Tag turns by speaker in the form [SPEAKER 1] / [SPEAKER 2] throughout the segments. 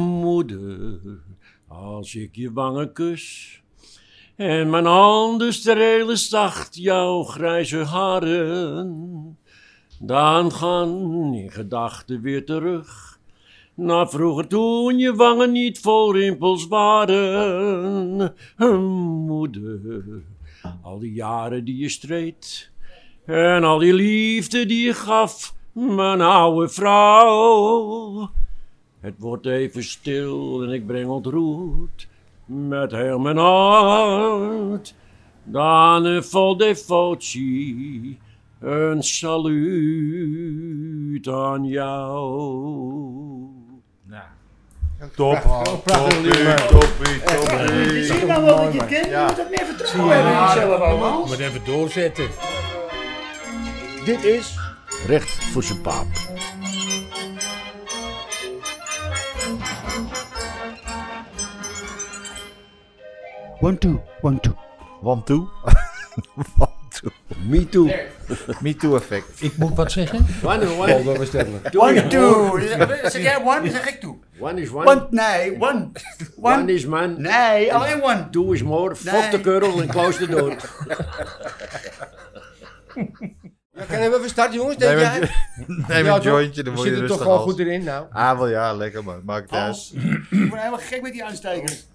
[SPEAKER 1] Moeder, als ik je wangen kus en mijn handen strelen zacht jouw grijze haren, dan gaan in gedachten weer terug naar vroeger toen je wangen niet vol rimpels waren. Hm, Moeder, al die jaren die je streed en al die liefde die je gaf, mijn oude vrouw. Het wordt even stil en ik breng ontroerd met heel mijn hart. Dan een vol devotie, een saluut aan jou.
[SPEAKER 2] Nou,
[SPEAKER 3] Top.
[SPEAKER 2] Prachtig, prachtig nummer.
[SPEAKER 3] Toppie, toppie,
[SPEAKER 4] Je ziet
[SPEAKER 3] toppie.
[SPEAKER 4] nou wel dat je het kent, je
[SPEAKER 3] Ja.
[SPEAKER 4] moet ook meer vertrouwen hebben in jezelf allemaal.
[SPEAKER 2] moet even doorzetten.
[SPEAKER 5] Dit is Recht voor zijn paap.
[SPEAKER 4] One, two, one, two.
[SPEAKER 3] One, two. One, two.
[SPEAKER 1] Me too.
[SPEAKER 3] Me too effect.
[SPEAKER 2] Ik moet wat zeggen?
[SPEAKER 1] One,
[SPEAKER 4] One, two. Zeg jij one, zeg ik two.
[SPEAKER 1] one is one.
[SPEAKER 4] One, nee, one.
[SPEAKER 1] One
[SPEAKER 4] One,
[SPEAKER 1] is man.
[SPEAKER 4] nee, alleen one.
[SPEAKER 1] Two is more. Fok de
[SPEAKER 4] Nee.
[SPEAKER 1] kurl en close the door.
[SPEAKER 6] Ja, kunnen we even starten, jongens? Denk jij?
[SPEAKER 3] Neem
[SPEAKER 6] Ja,
[SPEAKER 3] een
[SPEAKER 6] toch?
[SPEAKER 3] jointje, dan
[SPEAKER 6] We
[SPEAKER 3] word
[SPEAKER 6] zitten
[SPEAKER 3] je
[SPEAKER 6] er
[SPEAKER 3] rustig
[SPEAKER 6] toch gewoon
[SPEAKER 3] als.
[SPEAKER 6] goed erin, nou.
[SPEAKER 3] Ah, wel ja, lekker man. Maakt het uit.
[SPEAKER 4] Als. Ik word helemaal gek met die aanstekers.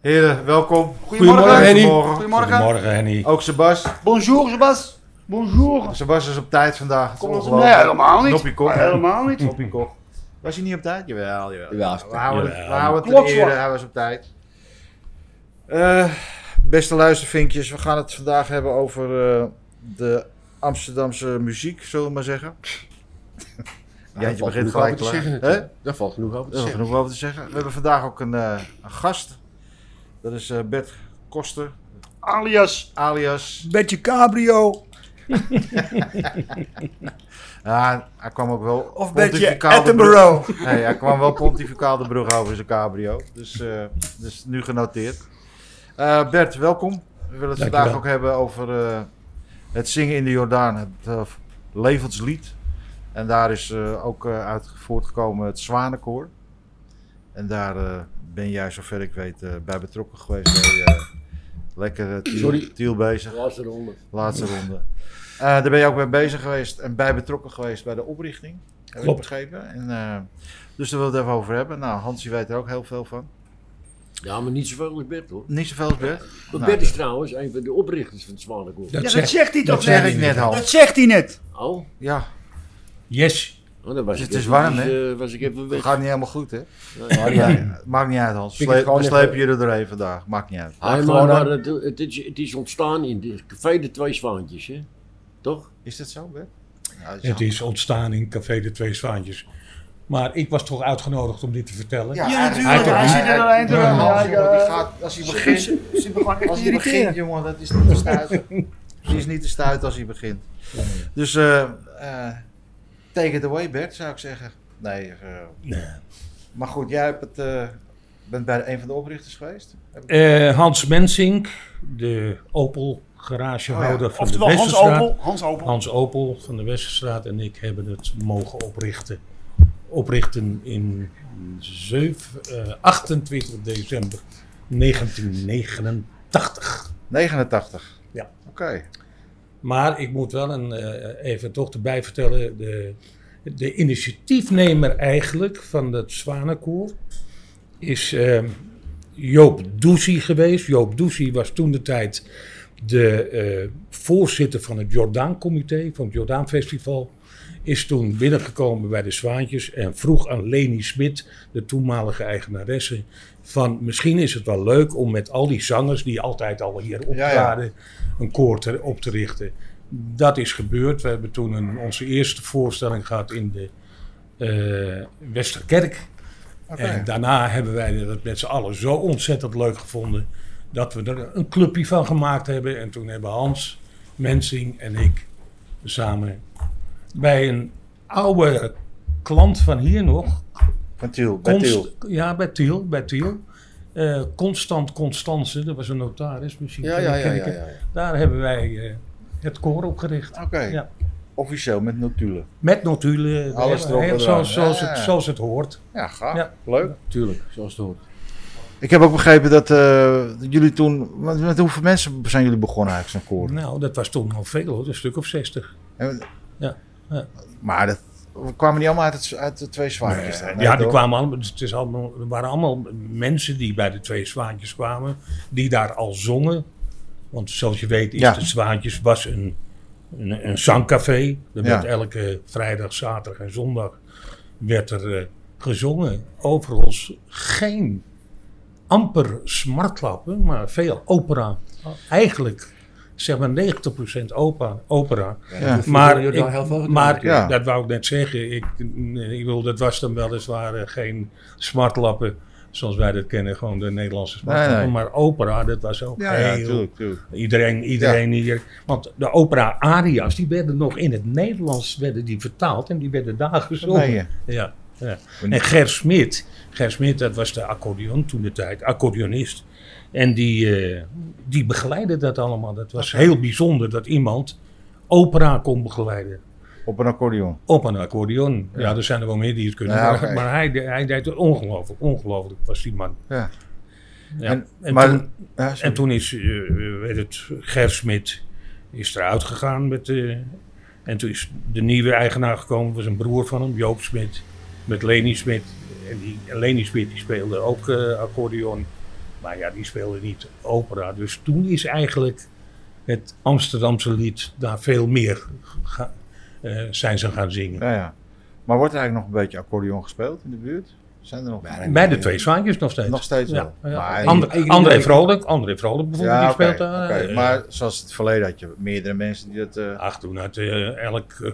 [SPEAKER 3] Heren, welkom.
[SPEAKER 4] Goedemorgen,
[SPEAKER 2] Henny.
[SPEAKER 3] Goedemorgen.
[SPEAKER 4] Goedemorgen.
[SPEAKER 2] Morgen, Henny.
[SPEAKER 3] Ook Sebas.
[SPEAKER 4] Bonjour, Sebas. Bonjour.
[SPEAKER 3] Sebas is dus op tijd vandaag.
[SPEAKER 4] Kom ons nee, helemaal niet.
[SPEAKER 3] Noppie kop.
[SPEAKER 4] Helemaal niet.
[SPEAKER 3] Noppie kop. Was hij niet op tijd? Jawel, jawel.
[SPEAKER 6] Jawel,
[SPEAKER 3] we houden, het- we
[SPEAKER 2] jawel.
[SPEAKER 3] houden het
[SPEAKER 4] Klokslag.
[SPEAKER 3] te ere, hij was op tijd. Eh, beste luistervinkjes, we gaan het vandaag hebben over eh, de Amsterdamse muziek, zullen we maar zeggen.
[SPEAKER 6] valt
[SPEAKER 3] Jantje begint
[SPEAKER 6] genoeg over
[SPEAKER 3] gelijk
[SPEAKER 6] te
[SPEAKER 3] te
[SPEAKER 6] zeggen
[SPEAKER 3] lachen.
[SPEAKER 6] natuurlijk.
[SPEAKER 3] Hè?
[SPEAKER 6] Daar valt genoeg over
[SPEAKER 3] Er
[SPEAKER 6] te
[SPEAKER 3] is
[SPEAKER 6] zeggen.
[SPEAKER 3] genoeg over te zeggen. We hebben vandaag ook een, eh, een gast. Dat is eh, Bert Koster,
[SPEAKER 4] Alias.
[SPEAKER 3] alias
[SPEAKER 4] Betje Cabrio.
[SPEAKER 3] Ja, Ah, hij kwam ook wel.
[SPEAKER 4] Of Betje
[SPEAKER 3] pontificaal de
[SPEAKER 4] Attenborough.
[SPEAKER 3] brug- Nee, hij kwam wel pontificaal de brug over in zijn cabrio. Dus, eh, dus nu genoteerd. Eh, Bert, welkom. We willen het vandaag ook hebben over eh, het zingen in de Jordaan. Het eh, levenslied. En daar is eh, ook eh, uit voortgekomen het Zwanenkoor. En daar eh, ben jij, zover ik weet, eh, bij betrokken geweest. Bij, eh, lekker eh, Tiel-
[SPEAKER 1] Sorry.
[SPEAKER 3] Tiel bezig.
[SPEAKER 1] Laatste ronde.
[SPEAKER 3] Laatste ronde. Eh, daar ben je ook mee bezig geweest en bij betrokken geweest bij de oprichting. Heb ik
[SPEAKER 2] Klopt.
[SPEAKER 3] begrepen. En, eh, dus daar wil ik het even over hebben. Nou, Hansie weet er ook heel veel van.
[SPEAKER 1] Ja, maar niet zoveel als Bert hoor.
[SPEAKER 3] Niet zoveel als Bert.
[SPEAKER 6] Eh,
[SPEAKER 1] Want
[SPEAKER 3] Nou,
[SPEAKER 1] Bert is trouwens een van de oprichters van het Zwanenkoor.
[SPEAKER 2] Dat
[SPEAKER 4] Ja, dat
[SPEAKER 2] zegt...
[SPEAKER 4] zegt hij
[SPEAKER 2] dat
[SPEAKER 4] toch
[SPEAKER 3] zeg
[SPEAKER 2] zegt
[SPEAKER 4] net?
[SPEAKER 3] ik net al.
[SPEAKER 4] Dat zegt hij net.
[SPEAKER 1] Oh,
[SPEAKER 3] Ja,
[SPEAKER 2] Yes.
[SPEAKER 1] oh dan was
[SPEAKER 3] Het
[SPEAKER 1] ik
[SPEAKER 3] is
[SPEAKER 1] even-
[SPEAKER 3] warm,
[SPEAKER 1] dus,
[SPEAKER 3] hè?
[SPEAKER 1] eh, was ik even
[SPEAKER 3] het
[SPEAKER 1] weg.
[SPEAKER 3] gaat niet helemaal goed, hè?
[SPEAKER 6] Sorry, ja.
[SPEAKER 3] Nee, maakt niet uit, Hans.
[SPEAKER 6] Pik het
[SPEAKER 3] Sleep,
[SPEAKER 6] gewoon
[SPEAKER 3] we slepen
[SPEAKER 6] even-
[SPEAKER 3] je er doorheen vandaag. Maakt niet uit.
[SPEAKER 1] Hey, maar
[SPEAKER 6] gewoon
[SPEAKER 1] maar
[SPEAKER 6] aan.
[SPEAKER 1] het, het, is, het is ontstaan in de café de Twee Zwaantjes, hè? Toch?
[SPEAKER 3] Is dat zo, Bert? Ja, dat
[SPEAKER 2] Het is ontstaan in Café de Twee Zwaantjes. Maar ik was toch uitgenodigd om dit te vertellen?
[SPEAKER 3] Ja,
[SPEAKER 4] Ja,
[SPEAKER 3] eigenlijk-
[SPEAKER 4] natuurlijk. Hij zit er alleen door.
[SPEAKER 2] Ja,
[SPEAKER 3] Hans,
[SPEAKER 4] Ja,
[SPEAKER 3] jongen, die
[SPEAKER 4] ja.
[SPEAKER 3] gaat- Als hij
[SPEAKER 4] Ze
[SPEAKER 3] begint,
[SPEAKER 4] ze- ze begon echt
[SPEAKER 3] Als
[SPEAKER 4] te
[SPEAKER 3] hij begint,
[SPEAKER 4] irriteren.
[SPEAKER 3] jongen, dat is niet te stuiten. Die is niet te stuiten als hij begint. Dus eh eh, take it away, Bert, zou ik zeggen. Nee, eh,
[SPEAKER 2] Nee.
[SPEAKER 3] maar goed, jij hebt het, eh, bent bij een van de oprichters geweest. Heb ik-
[SPEAKER 2] Eh, Hans Mensink, de Opel garagehouder van
[SPEAKER 4] Oftewel
[SPEAKER 2] de
[SPEAKER 4] Hans
[SPEAKER 2] Westerstraat.
[SPEAKER 4] Opel. Hans Opel.
[SPEAKER 2] Hans Opel van de Westerstraat en ik hebben het mogen oprichten. Oprichten in zeven- eh, 28 december 1989.
[SPEAKER 3] 89.
[SPEAKER 2] Ja.
[SPEAKER 3] Oké.
[SPEAKER 2] Maar ik moet wel een, eh, even toch erbij vertellen, de, de initiatiefnemer eigenlijk van het Zwanenkoor is eh, Joop Doesie geweest. Joop Doesie was toen de tijd de eh, voorzitter van het Jordaan-comité, van het Jordaan-festival. Is toen binnengekomen bij de Zwaantjes en vroeg aan Leni Smit, de toenmalige eigenaresse, van misschien is het wel leuk om met al die zangers die altijd al hier
[SPEAKER 3] ja.
[SPEAKER 2] optraden, een koor te- op te richten. Dat is gebeurd. We hebben toen een, onze eerste voorstelling gehad in de eh, Westerkerk.
[SPEAKER 3] Oké.
[SPEAKER 2] En daarna hebben wij dat met z'n allen zo ontzettend leuk gevonden. dat we er een clubje van gemaakt hebben. En toen hebben Hans, Mensing en ik samen bij een oude klant van hier nog.
[SPEAKER 3] Van Tiel, bij
[SPEAKER 2] Const-
[SPEAKER 3] Tiel.
[SPEAKER 2] Ja, bij Tiel. Bij Tiel. Eh, Constant Constance, dat was een notaris misschien.
[SPEAKER 6] Ja,
[SPEAKER 2] ken-
[SPEAKER 6] ja, ja,
[SPEAKER 2] ken ik
[SPEAKER 6] ja,
[SPEAKER 2] hem.
[SPEAKER 6] ja.
[SPEAKER 2] Daar hebben wij eh, het koor opgericht.
[SPEAKER 3] Oké.
[SPEAKER 2] Ja.
[SPEAKER 3] Officieel met notulen.
[SPEAKER 2] Met notulen.
[SPEAKER 3] Alles
[SPEAKER 2] hè,
[SPEAKER 3] erop en
[SPEAKER 2] hè,
[SPEAKER 3] eraan.
[SPEAKER 2] zoals, zoals,
[SPEAKER 3] Ja.
[SPEAKER 2] het, zoals het hoort.
[SPEAKER 3] Ja, gaaf.
[SPEAKER 2] Ja.
[SPEAKER 3] Leuk.
[SPEAKER 5] Tuurlijk, zoals het hoort.
[SPEAKER 3] Ik heb ook begrepen dat eh, jullie toen... Met, met hoeveel mensen zijn jullie begonnen eigenlijk zo'n koor?
[SPEAKER 2] Nou, dat was toen al veel hoor, een stuk of zestig.
[SPEAKER 3] En-
[SPEAKER 2] Ja, ja.
[SPEAKER 3] Maar dat we kwamen die allemaal uit, het, uit de twee zwaardjes? dan? Nee,
[SPEAKER 2] ja, die
[SPEAKER 3] toch?
[SPEAKER 2] kwamen allemaal, dus het is allemaal, er waren allemaal mensen die bij de twee zwaantjes kwamen, die daar al zongen. Want zoals je weet is
[SPEAKER 3] Ja.
[SPEAKER 2] de zwaantjes was een, een, een zangcafé. Er werd
[SPEAKER 3] Ja.
[SPEAKER 2] elke vrijdag, zaterdag en zondag werd er eh, gezongen. Overigens geen, amper smartlappen, maar veel opera. Eigenlijk zeg maar 90% opera. opera.
[SPEAKER 3] Ja.
[SPEAKER 2] Maar,
[SPEAKER 5] Jullie
[SPEAKER 2] ik-
[SPEAKER 5] al heel veel gedaan.
[SPEAKER 2] maar
[SPEAKER 3] Ja.
[SPEAKER 2] ik- dat wou ik net zeggen. Ik, eh, ik bedoel, dat was dan weliswaar eh, geen smartlappen zoals wij dat kennen, gewoon de Nederlandse smartlappen.
[SPEAKER 3] Nee, nee.
[SPEAKER 2] Maar opera, dat was ook
[SPEAKER 3] Ja, ja,
[SPEAKER 2] heel...
[SPEAKER 3] tuurlijk, tuurlijk.
[SPEAKER 2] iedereen iedereen hier... Want de opera-aria's, die werden nog in het Nederlands werden die vertaald en die werden daar gezongen.
[SPEAKER 3] meen je?
[SPEAKER 2] Ja, ja. En Ger Smit, Ger Smit, dat was de accordeon toen de tijd, accordeonist. En die, eh, die begeleidde dat allemaal. Dat was heel bijzonder dat iemand opera kon begeleiden.
[SPEAKER 3] Op een accordeon.
[SPEAKER 2] Op een accordeon. Ja, er zijn er wel meer die het kunnen.
[SPEAKER 3] Ja,
[SPEAKER 2] maar
[SPEAKER 3] oké.
[SPEAKER 2] maar hij, de- hij deed het ongelooflijk. Ongelooflijk was die man.
[SPEAKER 3] Ja.
[SPEAKER 2] Ja.
[SPEAKER 3] En-
[SPEAKER 2] En,
[SPEAKER 3] maar-
[SPEAKER 2] toen,
[SPEAKER 3] Ja, sorry.
[SPEAKER 2] en toen is eh, eh, weet het, Ger Smit is eruit gegaan. Met, eh, en toen is de nieuwe eigenaar gekomen. was een broer van hem, Joop Smit. Met Leni Smit. En die, en Leni Smit die speelde ook eh, accordeon. Maar ja, die speelde niet opera. Dus toen is eigenlijk het Amsterdamse lied daar veel meer ga- eh, zijn ze gaan zingen.
[SPEAKER 3] Ja, ja. Maar wordt er eigenlijk nog een beetje accordeon gespeeld in de buurt? Zijn er nog?
[SPEAKER 2] Bij de twee zwaantjes nog steeds.
[SPEAKER 3] eh, Nog steeds
[SPEAKER 2] Ja,
[SPEAKER 3] wel.
[SPEAKER 2] ja.
[SPEAKER 3] Maar-
[SPEAKER 2] André,
[SPEAKER 5] Ik- ik-
[SPEAKER 2] André
[SPEAKER 5] ik-
[SPEAKER 2] Vrolijk, André Vrolijk bijvoorbeeld,
[SPEAKER 3] Ja,
[SPEAKER 2] die
[SPEAKER 3] oké,
[SPEAKER 2] speelt daar.
[SPEAKER 3] oké.
[SPEAKER 2] eh,
[SPEAKER 3] Maar zoals het verleden had je meerdere mensen die dat... eh,
[SPEAKER 2] Ach, toen had eh, elk eh,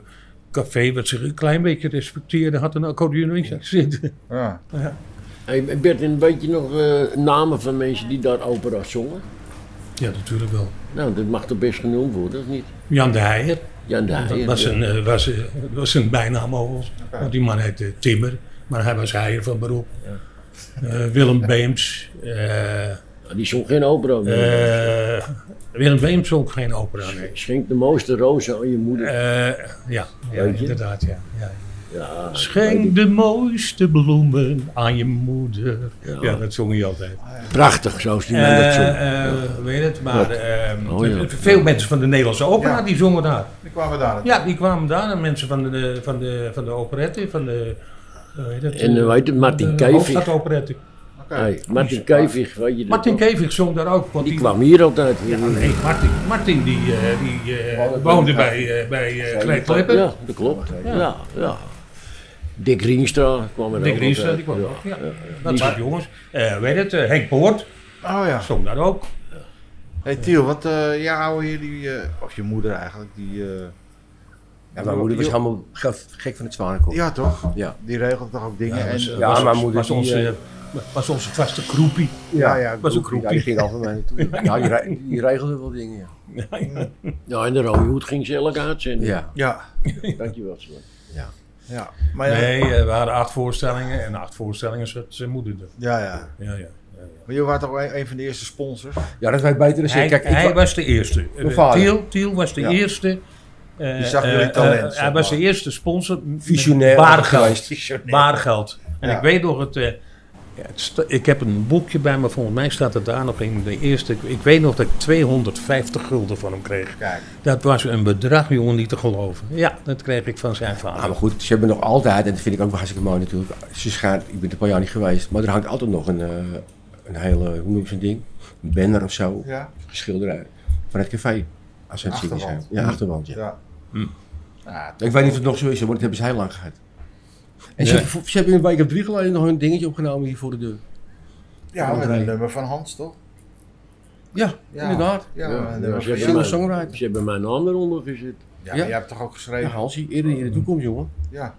[SPEAKER 2] café wat zich een klein beetje respecteerde, had een accordeonist zitten.
[SPEAKER 3] ja.
[SPEAKER 5] Hey Bert, en weet je nog eh, namen van mensen die daar opera zongen?
[SPEAKER 2] Ja, natuurlijk wel.
[SPEAKER 5] Nou, dat mag toch best genoemd worden, of niet?
[SPEAKER 2] Jan de Heijer,
[SPEAKER 5] Jan de
[SPEAKER 2] dat
[SPEAKER 5] Ah, Heijer.
[SPEAKER 2] was,
[SPEAKER 5] ja.
[SPEAKER 2] een, eh, was, eh, was een bijnaam overigens. Want die man heette Timmer, maar hij was Heijer van beroep. Eh, Willem Beems. eh,
[SPEAKER 5] Ah, Die zong geen opera. meer.
[SPEAKER 2] eh, Willem Beems zong geen opera, nee.
[SPEAKER 5] Schenk de mooiste rozen aan je moeder.
[SPEAKER 2] Eh, ja, ja
[SPEAKER 5] Weet je?
[SPEAKER 2] inderdaad, ja. ja.
[SPEAKER 5] Ja,
[SPEAKER 2] Schenk de mooiste bloemen aan je moeder. Ja, dat zong hij altijd.
[SPEAKER 5] Prachtig, zoals die man dat
[SPEAKER 2] Eh,
[SPEAKER 5] zong.
[SPEAKER 2] eh, Weet het, maar ehm,
[SPEAKER 5] Oh, ja.
[SPEAKER 2] veel mensen van de Nederlandse opera die zongen daar.
[SPEAKER 3] Die kwamen daar. naartoe.
[SPEAKER 2] Ja, die kwamen daar. En mensen van de, van de, van de operette, van de... hoe heet het,
[SPEAKER 5] En,
[SPEAKER 2] eh,
[SPEAKER 5] weet je, Martin
[SPEAKER 2] de
[SPEAKER 5] Keivig.
[SPEAKER 2] hoofdstadoperette.
[SPEAKER 3] Oké.
[SPEAKER 5] Hey, Martin Keivig, weet je dat
[SPEAKER 2] Martin
[SPEAKER 5] nog?
[SPEAKER 2] Kevig zong daar ook. Want
[SPEAKER 5] Die kwam hier altijd.
[SPEAKER 2] Ja, nee, Martin, Martin die, eh, die eh,
[SPEAKER 5] Oh,
[SPEAKER 2] woonde bij, eh bij eh Greet Klepper.
[SPEAKER 5] Ja, dat klopt. Ja, ja. Dick Rienstra kwam er ook
[SPEAKER 2] Dick Riester,
[SPEAKER 5] altijd.
[SPEAKER 2] die kwam
[SPEAKER 5] eh, Ja.
[SPEAKER 2] ook. Ja. Dat soort jongens. Eh, weet het, eh, Henk Poort
[SPEAKER 3] Oh ja.
[SPEAKER 2] zong daar ook.
[SPEAKER 3] Hey Tiel, want eh ja, ouwe jullie, eh, of je moeder eigenlijk, die... eh,
[SPEAKER 6] Ja, mijn moeder was helemaal ge- gek van het zwanenkoor.
[SPEAKER 3] ja toch?
[SPEAKER 6] Ja.
[SPEAKER 3] Die regelt toch ook dingen?
[SPEAKER 2] Ja,
[SPEAKER 3] en,
[SPEAKER 2] was,
[SPEAKER 3] ja,
[SPEAKER 6] ja, dus, eh,
[SPEAKER 2] was,
[SPEAKER 6] mijn moeder
[SPEAKER 2] was,
[SPEAKER 6] die,
[SPEAKER 2] onze,
[SPEAKER 6] eh,
[SPEAKER 2] was onze vaste kroepie.
[SPEAKER 3] ja, ja,
[SPEAKER 2] was ook
[SPEAKER 6] Ja, die ging altijd mee naartoe. Ja, die, re- die regelde wel dingen, ja.
[SPEAKER 5] Ja, en de Rode Hoed ging ze elk uitzenden.
[SPEAKER 6] Ja,
[SPEAKER 3] ja,
[SPEAKER 5] Dankjewel, Sven.
[SPEAKER 3] ja. Maar ja,
[SPEAKER 2] Nee, eh, we hadden acht voorstellingen en acht voorstellingen zat zijn moeder er.
[SPEAKER 3] ja, ja.
[SPEAKER 2] Ja, ja.
[SPEAKER 3] Maar jullie waren toch een, een van de eerste sponsors?
[SPEAKER 6] ja dat weet beter dan Dus
[SPEAKER 2] Hij,
[SPEAKER 6] ik. Kijk, ik
[SPEAKER 2] hij
[SPEAKER 6] wa-
[SPEAKER 2] was de eerste. Eh,
[SPEAKER 6] vader.
[SPEAKER 2] Tiel, Tiel was de
[SPEAKER 3] Ja.
[SPEAKER 2] eerste. eh,
[SPEAKER 3] Die zag jullie
[SPEAKER 2] eh, eh,
[SPEAKER 3] talent, zeg
[SPEAKER 2] hij was
[SPEAKER 3] maar.
[SPEAKER 2] de eerste sponsor.
[SPEAKER 6] Visionair
[SPEAKER 2] Baargeld.
[SPEAKER 6] geweest.
[SPEAKER 2] Baargeld. En
[SPEAKER 3] Ja.
[SPEAKER 2] ik weet nog het... eh, ja, het sta- ik heb een boekje bij me, volgens mij staat het daar nog in de eerste. Ik, ik weet nog dat ik 250 gulden van hem kreeg.
[SPEAKER 3] Kijk.
[SPEAKER 2] Dat was een bedrag, jongen, niet te geloven. Ja, dat kreeg ik van zijn
[SPEAKER 6] Ah,
[SPEAKER 2] vader.
[SPEAKER 6] maar goed, ze hebben nog altijd, en dat vind ik ook wel hartstikke mooi natuurlijk. Ze schijnt, ik ben er een paar jaar niet geweest, maar er hangt altijd nog een, eh, een hele, hoe noem je zo'n ding? Een banner of zo,
[SPEAKER 3] Ja.
[SPEAKER 6] geschilderd van het café. Als ze aan het zingen zijn.
[SPEAKER 3] Achterwand.
[SPEAKER 6] Ja, achterwand, ja.
[SPEAKER 3] Ja.
[SPEAKER 6] Hm.
[SPEAKER 3] Ja,
[SPEAKER 6] Ik weet niet of het nog zo is, hoor, want dat hebben ze heel lang gehad. En ze,
[SPEAKER 2] Ja.
[SPEAKER 6] hebben, ze hebben een week of drie geleden nog een dingetje opgenomen hier voor de deur.
[SPEAKER 3] ja, met een nummer van Hans toch?
[SPEAKER 6] Ja,
[SPEAKER 3] Ja.
[SPEAKER 6] inderdaad.
[SPEAKER 3] Ja,
[SPEAKER 5] Ja,
[SPEAKER 3] een
[SPEAKER 5] ja,
[SPEAKER 3] nummer
[SPEAKER 5] ze,
[SPEAKER 3] van
[SPEAKER 5] hebben
[SPEAKER 6] Single
[SPEAKER 5] mijn,
[SPEAKER 3] Hans.
[SPEAKER 6] songwriter.
[SPEAKER 5] ze hebben mijn naam eronder gezet.
[SPEAKER 6] Ja.
[SPEAKER 3] Ja, jij hebt toch ook
[SPEAKER 6] Ja,
[SPEAKER 3] geschreven?
[SPEAKER 6] Hansie, eerder in de toekomst, jongen.
[SPEAKER 3] Ja.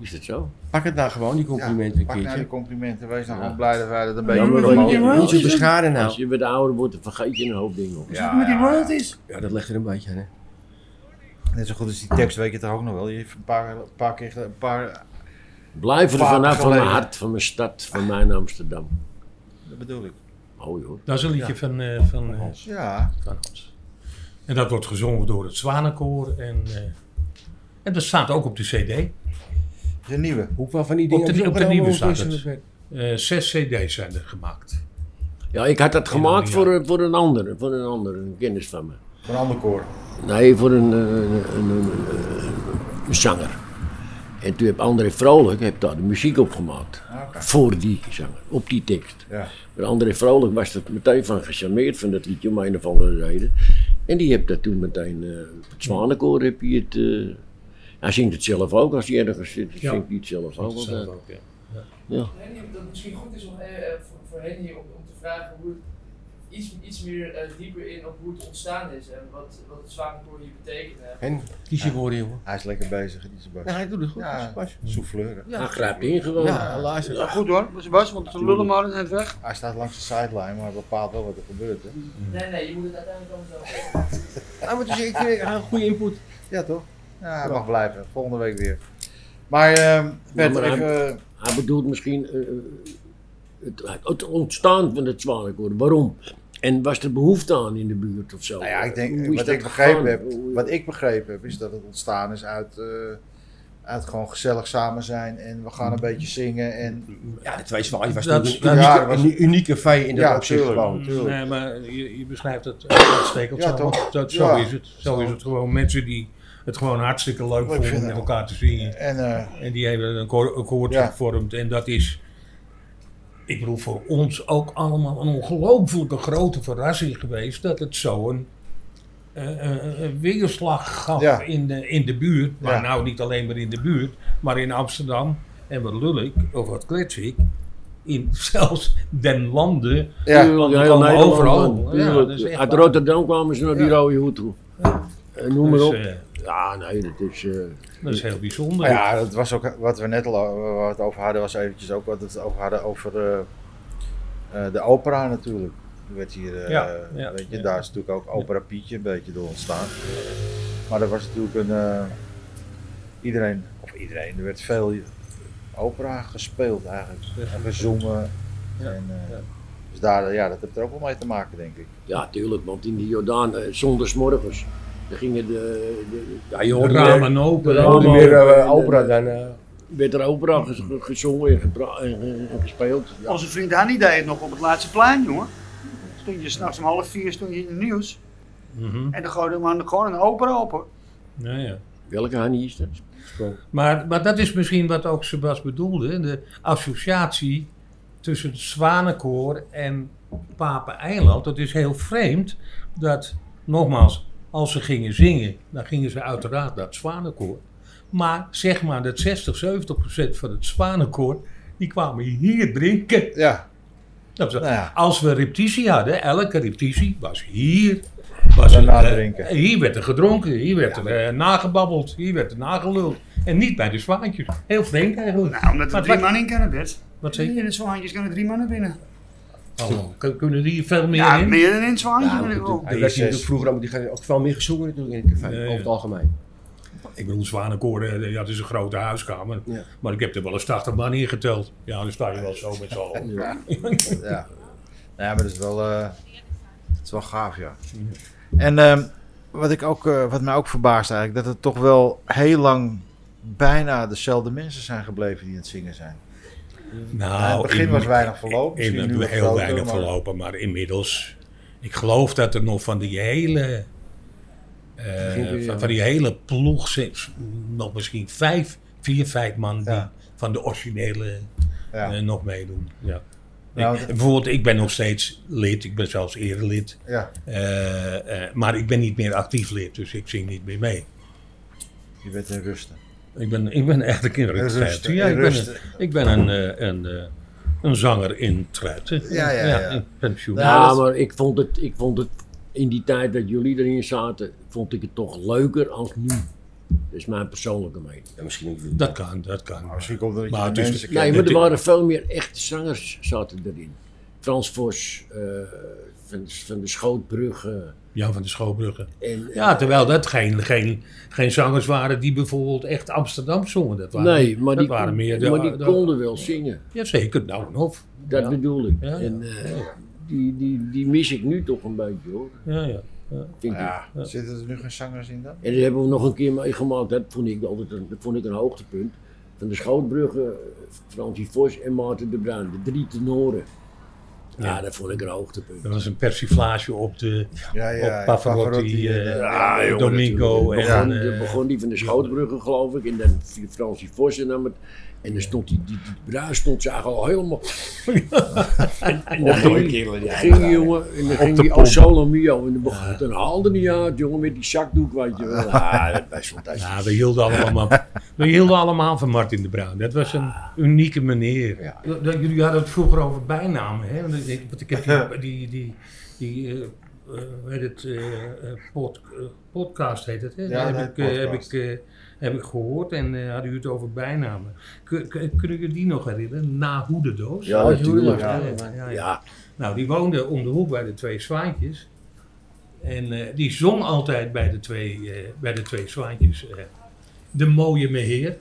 [SPEAKER 5] Is dat zo?
[SPEAKER 6] Pak het nou gewoon, die complimenten
[SPEAKER 3] ja.
[SPEAKER 6] een
[SPEAKER 3] Pak nou die
[SPEAKER 6] keertje.
[SPEAKER 3] complimenten. Wees nou
[SPEAKER 5] Ja.
[SPEAKER 3] gewoon blij dat wij dat een
[SPEAKER 5] Ja, maar
[SPEAKER 3] beetje...
[SPEAKER 5] dan moet je wel.
[SPEAKER 6] Niet zo beschaden
[SPEAKER 5] Als
[SPEAKER 6] nou.
[SPEAKER 5] je wat ouder wordt, dan vergeet je een hoop dingen op.
[SPEAKER 3] Ja, ja.
[SPEAKER 6] Ja, dat legt er een beetje aan, hè.
[SPEAKER 3] Net zo goed als die tekst weet je toch ook nog wel. Je heeft een paar, een paar keer... Een paar,
[SPEAKER 5] Blijf er
[SPEAKER 3] Vaak
[SPEAKER 5] vanaf van mijn
[SPEAKER 3] geleden.
[SPEAKER 5] hart, van mijn stad, van mijn Amsterdam.
[SPEAKER 3] dat bedoel ik.
[SPEAKER 5] Mooi hoor.
[SPEAKER 2] Dat is een liedje van, eh, van, eh,
[SPEAKER 3] Ja.
[SPEAKER 2] van Hans. En dat wordt gezongen door het Zwanenkoor en eh, En dat staat ook op de CD.
[SPEAKER 3] De nieuwe.
[SPEAKER 6] Hoeveel van die
[SPEAKER 2] Op de-
[SPEAKER 6] dingen heb je
[SPEAKER 2] op de
[SPEAKER 6] opgenomen
[SPEAKER 2] nieuwe staat
[SPEAKER 6] ondertussen?
[SPEAKER 2] Eh, zes CD's zijn er
[SPEAKER 3] Oh,
[SPEAKER 2] gemaakt.
[SPEAKER 5] Ja, ik had dat gemaakt
[SPEAKER 2] ja.
[SPEAKER 5] voor, een- voor een andere, voor een andere, een kennis van me.
[SPEAKER 3] Van een ander koor.
[SPEAKER 5] Nee, voor een, eh, een, een, een, eh, een zanger. En toen heb André Vrolijk heb daar de muziek op gemaakt.
[SPEAKER 3] Ah,
[SPEAKER 5] Voor die zanger, op die tekst.
[SPEAKER 3] Ja.
[SPEAKER 5] Maar André Vrolijk was er meteen van gecharmeerd van dat liedje, om een of andere reden. En die heb dat toen meteen, eh, het Zwanenkoor heb je het... eh, hij zingt het zelf ook, als hij ergens zit,
[SPEAKER 2] Ja.
[SPEAKER 5] zingt hij het zelf ook. eh,
[SPEAKER 2] Zelf
[SPEAKER 5] altijd.
[SPEAKER 2] ook, ja.
[SPEAKER 5] Ja.
[SPEAKER 7] Henny, dat het misschien goed is om, eh, eh, voor, voor Henny om, om te vragen hoe het iets, iets meer eh, dieper in op hoe het ontstaan is en wat, wat het Zwakenkoor hier betekent. hè.
[SPEAKER 6] En kies je woorden, jongen.
[SPEAKER 3] Hij is lekker bezig, die Sebas.
[SPEAKER 6] Ja, hij doet het goed.
[SPEAKER 3] Ja.
[SPEAKER 6] dat is pas.
[SPEAKER 3] Souffleuren.
[SPEAKER 5] Hij grijpt Nou, in gewoon.
[SPEAKER 6] Ja, helaas.
[SPEAKER 8] Goed hoor, Sebas, want ze lullen maar net weg.
[SPEAKER 3] Hij staat langs de sideline, maar bepaalt wel wat er gebeurt. Hè?
[SPEAKER 7] Nee, nee, je moet het uiteindelijk allemaal zelf doen.
[SPEAKER 6] Ah, maar dus ik kreeg een goede input.
[SPEAKER 3] Ja, toch? Ja, hij mag blijven. Volgende week weer. Maar, ehm Bert,
[SPEAKER 5] Ja, maar
[SPEAKER 3] even, eh,
[SPEAKER 5] Hij bedoelt misschien eh, eh, het, het ontstaan van het Zwanenkoor. Waarom? En was er behoefte aan in de buurt of zo?
[SPEAKER 3] nou ja, ik
[SPEAKER 5] Hoe
[SPEAKER 3] denk,
[SPEAKER 5] is
[SPEAKER 3] wat
[SPEAKER 5] dat
[SPEAKER 3] ik, begrepen
[SPEAKER 5] gegaan?
[SPEAKER 3] heb,
[SPEAKER 5] Hoe-
[SPEAKER 3] wat ik begrepen heb, is dat het ontstaan is uit, eh, uit gewoon gezellig samen zijn en we gaan een beetje zingen. En,
[SPEAKER 6] Ja, de twee
[SPEAKER 3] Nou,
[SPEAKER 6] zwaaiers was
[SPEAKER 2] Dat-
[SPEAKER 6] natuurlijk
[SPEAKER 3] dat-
[SPEAKER 6] een unieke,
[SPEAKER 3] ja, dat was-
[SPEAKER 6] een unieke vee in dat
[SPEAKER 3] Ja,
[SPEAKER 6] opzicht
[SPEAKER 3] tuurlijk.
[SPEAKER 6] gewoon.
[SPEAKER 3] Tuurlijk.
[SPEAKER 2] Nee, maar je, je beschrijft het uitstekend.
[SPEAKER 3] Ja,
[SPEAKER 2] zo,
[SPEAKER 3] toch?
[SPEAKER 2] want Dat, zo
[SPEAKER 3] Ja.
[SPEAKER 2] is het. Zo is het gewoon. Mensen die het gewoon hartstikke leuk
[SPEAKER 3] Leuk
[SPEAKER 2] vonden om
[SPEAKER 3] vinden.
[SPEAKER 2] met elkaar te zingen.
[SPEAKER 3] en eh,
[SPEAKER 2] En die hebben een, koor, een koortje
[SPEAKER 3] Ja.
[SPEAKER 2] gevormd. En dat is, ik bedoel, voor ons ook allemaal een ongelooflijke grote verrassing geweest. Dat het zo'n eh, eh, eh, weerslag gaf
[SPEAKER 3] Ja.
[SPEAKER 2] in, de, in de buurt. Maar
[SPEAKER 3] Ja.
[SPEAKER 2] nou niet alleen maar in de buurt, maar in Amsterdam. En wat lul ik, of wat klets ik. In zelfs den landen.
[SPEAKER 3] ja,
[SPEAKER 5] Tuurlijk,
[SPEAKER 2] die
[SPEAKER 5] heel
[SPEAKER 2] komen
[SPEAKER 5] Nederland,
[SPEAKER 2] overal.
[SPEAKER 5] man.
[SPEAKER 2] Ja,
[SPEAKER 5] Tuurlijk.
[SPEAKER 2] dat is echt
[SPEAKER 5] Uit
[SPEAKER 2] waar.
[SPEAKER 5] Rotterdam kwamen ze naar die rode hoed toe. En noem maar
[SPEAKER 2] Dus,
[SPEAKER 5] op.
[SPEAKER 2] eh,
[SPEAKER 5] ja, nee, dat is... eh,
[SPEAKER 2] dat is heel bijzonder.
[SPEAKER 3] Nou ja, dat was ook wat we net al o- waar we het over hadden, was eventjes ook wat we het over hadden over eh, eh, de opera natuurlijk. Er werd hier, eh,
[SPEAKER 2] Ja, ja,
[SPEAKER 3] weet je,
[SPEAKER 2] ja.
[SPEAKER 3] daar is natuurlijk ook opera Pietje een beetje door ontstaan. Maar er was natuurlijk een, eh, iedereen, of iedereen, er werd veel opera gespeeld eigenlijk, en gezongen.
[SPEAKER 2] Ja,
[SPEAKER 3] en, eh,
[SPEAKER 2] ja.
[SPEAKER 3] Dus daar, ja, dat heeft er ook wel mee te maken denk ik.
[SPEAKER 5] ja, tuurlijk, want in de Jordaan, eh, zondagsmorgens, dan gingen de, de,
[SPEAKER 6] Ja, je
[SPEAKER 2] De
[SPEAKER 6] hoort meer,
[SPEAKER 2] ramen open.
[SPEAKER 6] je hoort meer eh, opera dan... eh,
[SPEAKER 5] werd er opera ges- ge- gezongen en, gebra- en, en- en gespeeld. Ja.
[SPEAKER 8] Onze vriend Danny deed het nog op het laatste plein, jongen. Stond je s'nachts om half vier stond je in het nieuws.
[SPEAKER 2] Mhm.
[SPEAKER 8] En dan gooide de man gewoon een opera op. hoor.
[SPEAKER 2] Ja, ja.
[SPEAKER 5] Welke Hannie is dat?
[SPEAKER 2] Maar, maar dat is misschien wat ook Sebas bedoelde, de associatie tussen het Zwanenkoor en Papen-eiland. Dat is heel vreemd dat, nogmaals, als ze gingen zingen, dan gingen ze uiteraard naar het Zwanenkoor. Maar zeg maar dat 60, 70 procent van het Zwanenkoor, die kwamen hier drinken.
[SPEAKER 3] Ja,
[SPEAKER 2] Dat was-
[SPEAKER 3] nou ja.
[SPEAKER 2] als we repetitie hadden, elke repetitie was hier. Was
[SPEAKER 3] Dan
[SPEAKER 2] er, eh,
[SPEAKER 3] nadrinken.
[SPEAKER 2] hier werd er gedronken, hier werd er eh, nagebabbeld, hier werd er nageluld. En niet bij de zwaantjes. Heel vreemd eigenlijk.
[SPEAKER 8] Nou, omdat er
[SPEAKER 2] Maar
[SPEAKER 8] drie
[SPEAKER 2] wat-
[SPEAKER 8] mannen in kunnen, Bert.
[SPEAKER 2] Wat zeg
[SPEAKER 8] Hier
[SPEAKER 2] je?
[SPEAKER 8] in het zwaantjes kunnen drie mannen binnen.
[SPEAKER 2] Oh, kun- kunnen die veel meer
[SPEAKER 8] ja,
[SPEAKER 2] in?
[SPEAKER 8] meer dan in het zwaantje.
[SPEAKER 6] Ja,
[SPEAKER 8] wil ik
[SPEAKER 6] goed,
[SPEAKER 8] wel.
[SPEAKER 6] dat- dat
[SPEAKER 2] Ja,
[SPEAKER 6] werd
[SPEAKER 2] zes.
[SPEAKER 6] natuurlijk vroeger, maar die gaan ook veel meer gezongen natuurlijk in het café,
[SPEAKER 2] Ja, ja.
[SPEAKER 6] over het algemeen.
[SPEAKER 2] Eh, Ik bedoel, Zwanenkoor, eh, ja, het is een grote huiskamer.
[SPEAKER 6] Ja.
[SPEAKER 2] Maar ik heb er wel eens 80 man in geteld. Ja, dan sta je wel zo met z'n allen.
[SPEAKER 3] Ja. Nou ja, maar dat is wel, eh, dat is wel gaaf, ja. En ehm, wat, ik ook, eh, wat mij ook verbaast eigenlijk, dat het toch wel heel lang bijna dezelfde mensen zijn gebleven die aan het zingen zijn.
[SPEAKER 2] Nou,
[SPEAKER 3] in het begin
[SPEAKER 2] in-
[SPEAKER 3] was weinig verloop.
[SPEAKER 2] in-
[SPEAKER 3] misschien nu wat
[SPEAKER 2] heel
[SPEAKER 3] groter,
[SPEAKER 2] weinig
[SPEAKER 3] maar-
[SPEAKER 2] verlopen, maar inmiddels. Ik geloof dat er nog van die hele. eh,
[SPEAKER 6] Begin-
[SPEAKER 2] van, van die hele ploeg zit nog misschien vijf, vier, vijf man die
[SPEAKER 3] Ja.
[SPEAKER 2] van de originele
[SPEAKER 3] Ja.
[SPEAKER 2] eh, nog meedoen. Ja.
[SPEAKER 3] Nou,
[SPEAKER 2] ik,
[SPEAKER 3] dat-
[SPEAKER 2] bijvoorbeeld, ik ben nog steeds lid, ik ben zelfs erelid,
[SPEAKER 3] ja,
[SPEAKER 2] eh, eh, maar ik ben niet meer actief lid, dus ik zing niet meer mee.
[SPEAKER 3] je bent in rusten.
[SPEAKER 2] Ik ben, ik ben eigenlijk in
[SPEAKER 3] In
[SPEAKER 2] rust.
[SPEAKER 3] rusten,
[SPEAKER 2] Ja,
[SPEAKER 3] in
[SPEAKER 2] ik ben,
[SPEAKER 3] rusten.
[SPEAKER 2] een, ik ben een, eh, een, eh, een zanger in truiten.
[SPEAKER 3] Ja, ja, ja.
[SPEAKER 2] in pensioen.
[SPEAKER 3] Ja,
[SPEAKER 5] Ja,
[SPEAKER 3] dat is-
[SPEAKER 5] maar ik vond, het, ik vond het in die tijd dat jullie erin zaten, vond ik het toch leuker als nu. Dat is mijn persoonlijke mening.
[SPEAKER 6] Ja, misschien ook
[SPEAKER 2] Dat kan, dat kan.
[SPEAKER 3] Nou, misschien komt dat je
[SPEAKER 2] Maar
[SPEAKER 3] de
[SPEAKER 2] het is-
[SPEAKER 3] mensen
[SPEAKER 5] Nee,
[SPEAKER 3] kent.
[SPEAKER 5] maar er
[SPEAKER 2] het-
[SPEAKER 5] waren veel meer echte zangers zaten erin. Frans Vos, eh, van, van de Schootbrug. eh,
[SPEAKER 2] Jan van de Schoolbruggen.
[SPEAKER 5] en,
[SPEAKER 2] Ja, terwijl dat geen, geen, geen zangers waren die bijvoorbeeld echt Amsterdam zongen. Dat waren,
[SPEAKER 5] nee, maar
[SPEAKER 2] dat
[SPEAKER 5] die,
[SPEAKER 2] waren meer de...
[SPEAKER 5] maar die
[SPEAKER 2] de-
[SPEAKER 5] konden wel zingen.
[SPEAKER 2] Jazeker, nou en of.
[SPEAKER 5] Dat
[SPEAKER 2] ja.
[SPEAKER 5] bedoel ik.
[SPEAKER 2] Ja, ja.
[SPEAKER 5] En eh, die, die, die mis ik nu toch een beetje hoor.
[SPEAKER 2] Ja, ja.
[SPEAKER 5] Vind ik.
[SPEAKER 3] Ja, zitten er nu geen zangers in dan?
[SPEAKER 5] En dat hebben we nog een keer meegemaakt. Dat vond ik altijd een, dat vond ik een hoogtepunt. Van de Schoutbrugge, Fransie Vos en Maarten de Bruin. De drie tenoren. Ja,
[SPEAKER 2] Ja.
[SPEAKER 5] dat vond ik een hoogtepunt.
[SPEAKER 2] Dat was een persiflage op de
[SPEAKER 3] Ja,
[SPEAKER 2] op Pavarotti,
[SPEAKER 3] eh,
[SPEAKER 2] eh,
[SPEAKER 5] Ja, joh,
[SPEAKER 2] Domingo
[SPEAKER 5] natuurlijk.
[SPEAKER 2] en,
[SPEAKER 5] begon,
[SPEAKER 2] eh,
[SPEAKER 5] begon die van de Schoutbrugge, geloof ik. En dan viel Fransie Vos en nam het. En dan stond die, die, die bruis stond ze eigenlijk al helemaal. en, en dan ging, ging die jongen, en dan ging
[SPEAKER 3] de
[SPEAKER 5] die al
[SPEAKER 3] pomp.
[SPEAKER 5] solo mio. En dan, begon, dan haalde die uit, jongen, met die zakdoek, weet je wel. Ah, Ja, dat was fantastisch.
[SPEAKER 2] Ja, we hielden, allemaal, we hielden allemaal van Martin de Bruin. Dat was een unieke meneer.
[SPEAKER 6] Ja.
[SPEAKER 2] Dat- dat- Jullie hadden het vroeger over bijnamen. Hè? Want ik, want ik heb die, die, die, die eh, eh, hoe heet het, eh, eh, pod- eh, podcast heet het. Hè?
[SPEAKER 3] Ja,
[SPEAKER 2] heb,
[SPEAKER 3] dat
[SPEAKER 2] ik, eh, heb,
[SPEAKER 3] podcast.
[SPEAKER 2] ik, eh, heb ik gehoord en eh, hadden jullie het over bijnamen. Kun- kun- Kunnen jullie die nog herinneren? Na Hoedendoos?
[SPEAKER 5] Ja,
[SPEAKER 2] Als jullie
[SPEAKER 5] natuurlijk.
[SPEAKER 2] dat-
[SPEAKER 6] Ja.
[SPEAKER 2] ja, ja.
[SPEAKER 5] Ja,
[SPEAKER 2] Nou, die woonde om de hoek bij de twee zwaantjes. En eh, die zong altijd bij de twee, eh, bij de twee zwaantjes. eh, de mooie meheer.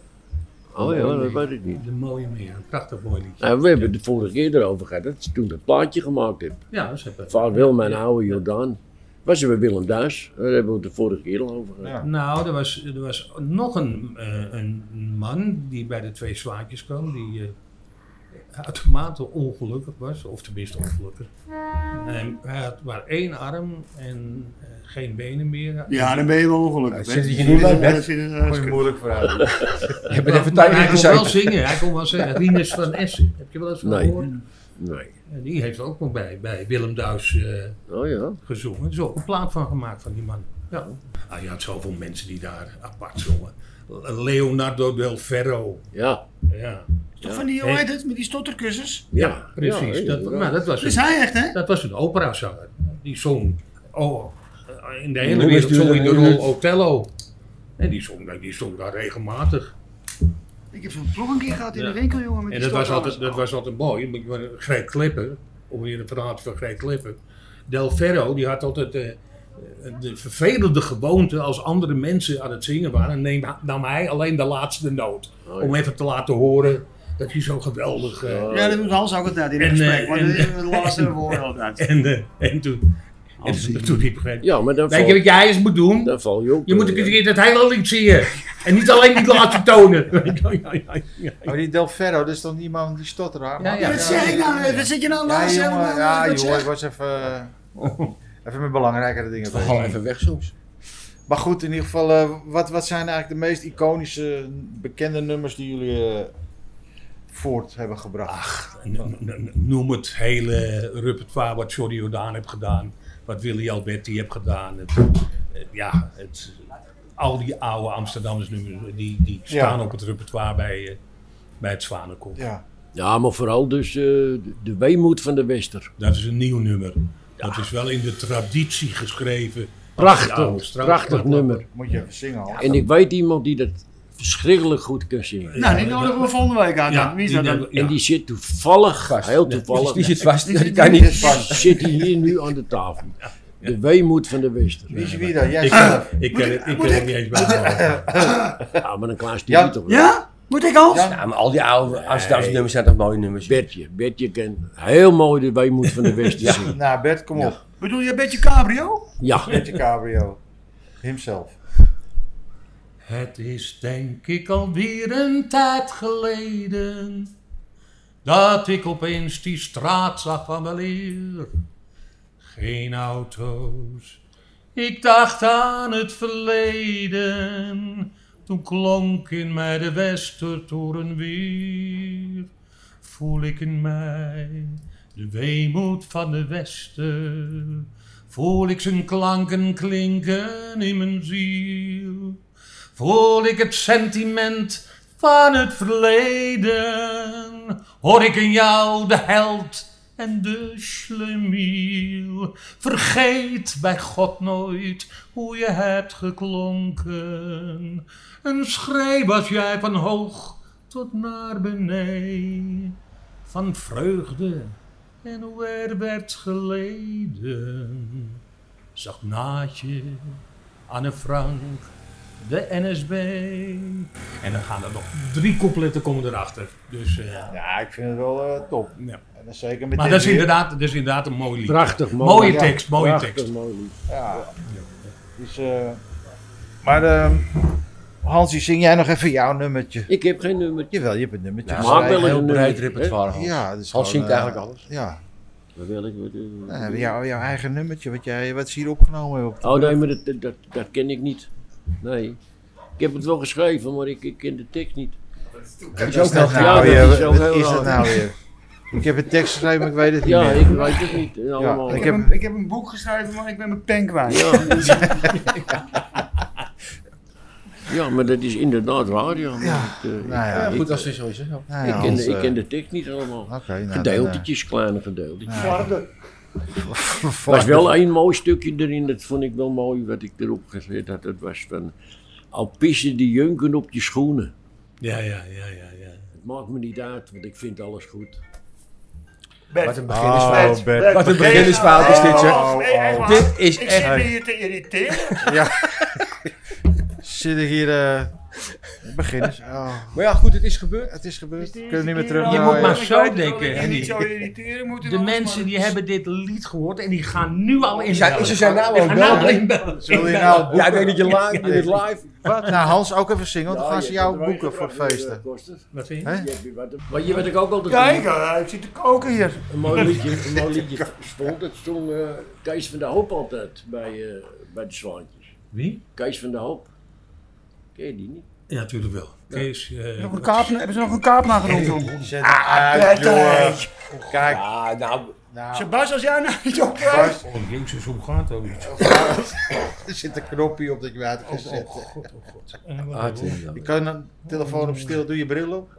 [SPEAKER 5] oh ja, dat weet ik niet.
[SPEAKER 2] De mooie meheer. Een prachtig mooi liedje.
[SPEAKER 5] Nou, we hebben het de vorige keer erover gehad, dat ze toen dat plaatje gemaakt heb.
[SPEAKER 2] Ja, dat is even.
[SPEAKER 5] Vaarwel, mijn oude Jordaan. Was er bij Willem Duis, daar hebben we het de vorige keer al over gehad.
[SPEAKER 3] Ja.
[SPEAKER 2] Nou, er was, er was nog een, eh, een man die bij de twee zwaantjes kwam. Die eh, uitermate ongelukkig was. Of tenminste ongelukkig. En hij had maar één arm en eh, geen benen meer.
[SPEAKER 8] Ja, dan ben je wel ongelukkig.
[SPEAKER 6] Ja,
[SPEAKER 8] hè.
[SPEAKER 6] zit je niet bij, hè?
[SPEAKER 8] Dat zit in een
[SPEAKER 3] Kon je moeilijk vooruit.
[SPEAKER 6] Je bent even
[SPEAKER 2] Maar
[SPEAKER 6] tijd
[SPEAKER 2] hij kon wel
[SPEAKER 6] ingezeten.
[SPEAKER 2] zingen, hij kon wel zingen. Rinus van Essen, heb je wel eens van
[SPEAKER 5] Nee.
[SPEAKER 2] gehoord?
[SPEAKER 5] Nee.
[SPEAKER 2] En Die heeft ook nog bij, bij Willem Duis eh,
[SPEAKER 5] Oh ja.
[SPEAKER 2] gezongen. Er is ook een plaat van gemaakt van die man. Ja. Ah, je had zoveel mensen die daar apart zongen. Leonardo del Ferro.
[SPEAKER 5] Ja.
[SPEAKER 2] Ja,
[SPEAKER 8] Toch van die, hoe heet het, met die stotterkussens?
[SPEAKER 5] Ja,
[SPEAKER 2] precies.
[SPEAKER 5] ja,
[SPEAKER 2] dat, maar dat, was
[SPEAKER 8] Dat is
[SPEAKER 2] een,
[SPEAKER 8] Dus hij echt, hè?
[SPEAKER 2] dat was een operazanger. Die zong oh, eh, in de hele
[SPEAKER 6] Nummers
[SPEAKER 2] wereld zong hij de
[SPEAKER 6] duurder,
[SPEAKER 2] rol
[SPEAKER 6] nummers.
[SPEAKER 2] Otello. En die zong, die zong daar regelmatig.
[SPEAKER 8] Ik heb zo'n klok een keer gehad in
[SPEAKER 2] Ja.
[SPEAKER 8] de winkel, jongen. Met
[SPEAKER 2] En
[SPEAKER 8] die
[SPEAKER 2] dat was,
[SPEAKER 8] stotterkussens.
[SPEAKER 2] altijd, dat was altijd mooi. want ik was- Greet Klippen, om weer een verhaal van Greet Klippen. Del Ferro, die had altijd eh, de vervelende gewoonte als andere mensen aan het zingen waren. Neem, nam hij alleen de laatste noot.
[SPEAKER 5] Oh, ja.
[SPEAKER 2] Om even te laten horen dat hij zo geweldig... eh,
[SPEAKER 8] Ja, dat doet Hans ook altijd in
[SPEAKER 2] En,
[SPEAKER 8] het
[SPEAKER 2] eh,
[SPEAKER 8] gesprek. Want
[SPEAKER 2] en-
[SPEAKER 8] dat is het laatste woord altijd.
[SPEAKER 2] En, eh, en toen... En toen, toen die begreep...
[SPEAKER 5] Ja, maar dan
[SPEAKER 2] Weet je
[SPEAKER 5] val,
[SPEAKER 2] wat jij eens moet doen?
[SPEAKER 5] dan val je ook.
[SPEAKER 2] Je moet een
[SPEAKER 5] eh,
[SPEAKER 2] keer dat hele lied zingen. En niet alleen die laten tonen. Ja, ja, ja, ja.
[SPEAKER 3] Maar die Del Ferro, dat is dan iemand die stotteraar?
[SPEAKER 2] Ja, ja.
[SPEAKER 8] Wat zeg ik nou? Wat zit je nou
[SPEAKER 3] Ja,
[SPEAKER 8] laatst
[SPEAKER 3] jongen,
[SPEAKER 8] helemaal-
[SPEAKER 3] ja,
[SPEAKER 8] wat
[SPEAKER 3] joh,
[SPEAKER 8] zeg-
[SPEAKER 3] ik was even, eh, even met belangrijkere dingen bezig.
[SPEAKER 6] Gewoon even weg soms.
[SPEAKER 3] Maar goed, in ieder geval, eh, wat, wat zijn eigenlijk de meest iconische, bekende nummers die jullie eh, voort hebben gebracht?
[SPEAKER 2] N- n- Noem het hele repertoire wat Johnny Jordaan heeft gedaan, wat Willy Alberti heeft gedaan. Het, eh, ja, het, al die oude Amsterdamse nummers, die, die staan
[SPEAKER 3] Ja.
[SPEAKER 2] op het repertoire bij, eh, bij het Zwanenkoor.
[SPEAKER 3] ja.
[SPEAKER 5] Ja, maar vooral dus eh, de- de weemoed van de Wester.
[SPEAKER 2] Dat is een nieuw nummer. Dat is wel in de traditie geschreven.
[SPEAKER 5] Prachtig,
[SPEAKER 2] Ja, straat-
[SPEAKER 5] prachtig nummer.
[SPEAKER 3] Moet je even zingen al.
[SPEAKER 5] En ik weet iemand die dat verschrikkelijk goed kan zingen.
[SPEAKER 8] Nou, die nodigen we volgende week uit. dan. Wie is dat
[SPEAKER 2] die-
[SPEAKER 8] dan?
[SPEAKER 2] ja.
[SPEAKER 5] En die zit toevallig, heel toevallig,
[SPEAKER 6] Die zit vast.
[SPEAKER 8] Die
[SPEAKER 6] Die
[SPEAKER 8] zit
[SPEAKER 6] kan
[SPEAKER 8] niet
[SPEAKER 6] niet.
[SPEAKER 8] vast.
[SPEAKER 5] zit hij hier nu aan de tafel. De weemoed van de Wester.
[SPEAKER 3] Wie is wie dan? Jij
[SPEAKER 2] Ik,
[SPEAKER 3] zelf.
[SPEAKER 2] ik ken het- ik ken het niet eens bij.
[SPEAKER 5] Ja, maar een klein stukje
[SPEAKER 3] Ja.
[SPEAKER 5] toch wel.
[SPEAKER 8] Ja? Moet ik Hans?
[SPEAKER 3] Ja.
[SPEAKER 6] Ja, maar al die oude Amsterdamse nummers zijn toch mooie nummers.
[SPEAKER 5] Bertje, Bertje kan heel mooi de weemoed van de Wester
[SPEAKER 2] eh,
[SPEAKER 5] zingen.
[SPEAKER 3] Nou, Bert, kom op.
[SPEAKER 8] Bedoel je een beetje cabrio?
[SPEAKER 5] Ja,
[SPEAKER 3] Bertje Cabrio. Himself.
[SPEAKER 2] Het is denk ik alweer een tijd geleden dat ik opeens die straat zag van mijn leer. Geen auto's, ik dacht aan het verleden. Toen klonk in mij de Westertoren weer. Voel ik in mij de weemoed van de Wester. Voel ik zijn klanken klinken in mijn ziel voel ik het sentiment van het verleden. Hoor ik in jou de held en de schlemiel. Vergeet bij God nooit hoe je hebt geklonken. Een schreeuw was jij van hoog tot naar beneden. Van vreugde en hoe er werd geleden. Zag naadje, Anne Frank de NSB. En dan gaan er nog drie coupletten komen erachter. Dus, eh,
[SPEAKER 3] Ja, ik vind het wel eh, top.
[SPEAKER 2] Ja.
[SPEAKER 3] En dan zeker met
[SPEAKER 2] maar
[SPEAKER 3] dit
[SPEAKER 2] dat is,
[SPEAKER 3] weer.
[SPEAKER 2] inderdaad, dat is inderdaad een mooi lied.
[SPEAKER 1] Prachtig mooi.
[SPEAKER 2] mooie
[SPEAKER 3] ja.
[SPEAKER 2] tekst, mooie
[SPEAKER 1] Prachtig
[SPEAKER 2] tekst.
[SPEAKER 1] mooi lied.
[SPEAKER 3] Ja. Dus, eh, maar eh, Hansie, zing jij nog even jouw nummertje?
[SPEAKER 5] Ik heb geen nummer.
[SPEAKER 3] Jawel, je hebt een nummertje.
[SPEAKER 6] Ja,
[SPEAKER 3] Dus
[SPEAKER 5] maak
[SPEAKER 6] maar
[SPEAKER 5] wel
[SPEAKER 6] wel
[SPEAKER 5] eens
[SPEAKER 3] wij-
[SPEAKER 5] een
[SPEAKER 6] heel breed
[SPEAKER 5] nummer, hè?
[SPEAKER 6] repertoire. Hans.
[SPEAKER 3] Ja, dat
[SPEAKER 6] Hans
[SPEAKER 3] is gewoon,
[SPEAKER 6] zingt
[SPEAKER 3] eh,
[SPEAKER 6] eigenlijk alles.
[SPEAKER 3] Ja,
[SPEAKER 5] Welk, wat, eh,
[SPEAKER 3] dan hebben we jou, jouw eigen nummertje, wat, jij, wat ze hier opgenomen hebben. op de
[SPEAKER 5] Oh
[SPEAKER 3] brug.
[SPEAKER 5] nee, maar dat, dat- dat, dat ken ik niet. Nee. Ik heb het wel geschreven, maar ik, ik ken de tekst niet.
[SPEAKER 3] Wat
[SPEAKER 6] ook
[SPEAKER 3] is dat
[SPEAKER 6] heel
[SPEAKER 5] raar.
[SPEAKER 3] nou
[SPEAKER 5] Ja,
[SPEAKER 3] weer?
[SPEAKER 5] dat is ook
[SPEAKER 3] Wat
[SPEAKER 5] heel
[SPEAKER 3] is dat
[SPEAKER 5] raar.
[SPEAKER 3] nou weer? Ik heb een tekst geschreven, maar ik weet het niet
[SPEAKER 5] Ja,
[SPEAKER 3] meer.
[SPEAKER 5] ik weet het niet. eh, Allemaal.
[SPEAKER 3] ik
[SPEAKER 8] Ik
[SPEAKER 5] Ja,
[SPEAKER 8] heb,
[SPEAKER 3] heb-
[SPEAKER 8] een, ik heb een boek geschreven, maar ik ben mijn pen kwijt.
[SPEAKER 5] ja. maar dat is inderdaad waar, ja. Maar
[SPEAKER 3] Ja,
[SPEAKER 5] dat, eh,
[SPEAKER 3] nou ja,
[SPEAKER 5] ik-
[SPEAKER 6] Ja, goed,
[SPEAKER 5] ik-
[SPEAKER 6] als het zo is. hè, zo.
[SPEAKER 3] Nou
[SPEAKER 5] ik,
[SPEAKER 3] ja,
[SPEAKER 5] ken,
[SPEAKER 3] Hans,
[SPEAKER 5] de- ik
[SPEAKER 3] eh,
[SPEAKER 5] ken de tekst niet allemaal.
[SPEAKER 3] Oké, nou, dan,
[SPEAKER 5] Gedeeltetjes, kleine gedeeltetjes.
[SPEAKER 3] eh,
[SPEAKER 5] Er was wel één mooi stukje erin, dat vond ik wel mooi wat ik erop gezet had. Dat was van, al pissen de junken op je schoenen.
[SPEAKER 2] Ja, ja, ja, ja. ja.
[SPEAKER 5] Het maakt me niet uit, want ik vind alles goed.
[SPEAKER 6] Wat
[SPEAKER 8] Bert,
[SPEAKER 6] een
[SPEAKER 3] Oh,
[SPEAKER 6] beginnersfout.
[SPEAKER 3] Bert.
[SPEAKER 6] Wat een beginnersfout is dit, zeg.
[SPEAKER 3] Oh,
[SPEAKER 8] Nee, echt
[SPEAKER 3] oh.
[SPEAKER 8] waar.
[SPEAKER 6] Dit is
[SPEAKER 8] Ik zit
[SPEAKER 6] echt...
[SPEAKER 8] me hier te irriteren.
[SPEAKER 3] Zit ik hier... eh, beginners. Oh,
[SPEAKER 6] Maar ja, goed, het is gebeurd.
[SPEAKER 3] het is gebeurd.
[SPEAKER 8] Is die-
[SPEAKER 3] Kunnen we niet meer
[SPEAKER 8] die-
[SPEAKER 3] terug. eh,
[SPEAKER 2] Je
[SPEAKER 8] Nou,
[SPEAKER 2] moet
[SPEAKER 8] ja.
[SPEAKER 2] maar
[SPEAKER 8] Ik
[SPEAKER 2] zo
[SPEAKER 8] weet het wel,
[SPEAKER 2] denken,
[SPEAKER 8] dat je niet
[SPEAKER 2] Henny.
[SPEAKER 8] zo irriteren moet.
[SPEAKER 2] De mensen die hebben dit lied gehoord en die gaan nu al in.
[SPEAKER 6] Zij- ze zijn nou al
[SPEAKER 2] nou al
[SPEAKER 6] bellen.
[SPEAKER 2] inbellen.
[SPEAKER 3] Zullen je nou boeken?
[SPEAKER 6] Ja, ik weet dat je live bent, live.
[SPEAKER 3] Nou, Hans, ook even zingen, want dan
[SPEAKER 5] Ja,
[SPEAKER 3] gaan
[SPEAKER 5] Ah, je
[SPEAKER 3] ze jou
[SPEAKER 5] hebt er
[SPEAKER 3] boeken voor
[SPEAKER 5] een- eh,
[SPEAKER 3] feesten.
[SPEAKER 5] kost het.
[SPEAKER 2] Wat vind je?
[SPEAKER 3] Hè?
[SPEAKER 5] Je hebt hier wat- Wat je wat ik ook altijd
[SPEAKER 8] Kijk,
[SPEAKER 5] doe,
[SPEAKER 8] eh, ik zit te koken hier.
[SPEAKER 5] een mooi liedje, een mooi liedje stond. Dat zong eh, Kees van der Hoop altijd bij, eh, bij de Zwaantjes.
[SPEAKER 2] Wie?
[SPEAKER 5] Kees van der Hoop. Ken je die niet?
[SPEAKER 2] Ja, natuurlijk wel. Kees. eh,
[SPEAKER 8] Nog een kaap, hebben ze nog een kaap nagenoemd, jongen?
[SPEAKER 3] Zet het
[SPEAKER 2] Ah,
[SPEAKER 3] uit, Ah, jongen. Kijk,
[SPEAKER 6] Ja, nou,
[SPEAKER 3] nou,
[SPEAKER 8] Sebas, als jij nou niet opwijst.
[SPEAKER 2] Oh, jezus, hoe gaat dat? Oh,
[SPEAKER 3] er zit een knopje op dat je weer uit kan
[SPEAKER 2] oh
[SPEAKER 3] zetten. Ah,
[SPEAKER 2] god, oh god. Eh, wat-
[SPEAKER 6] hard in.
[SPEAKER 3] Je kan een telefoon op stil, doe je bril op.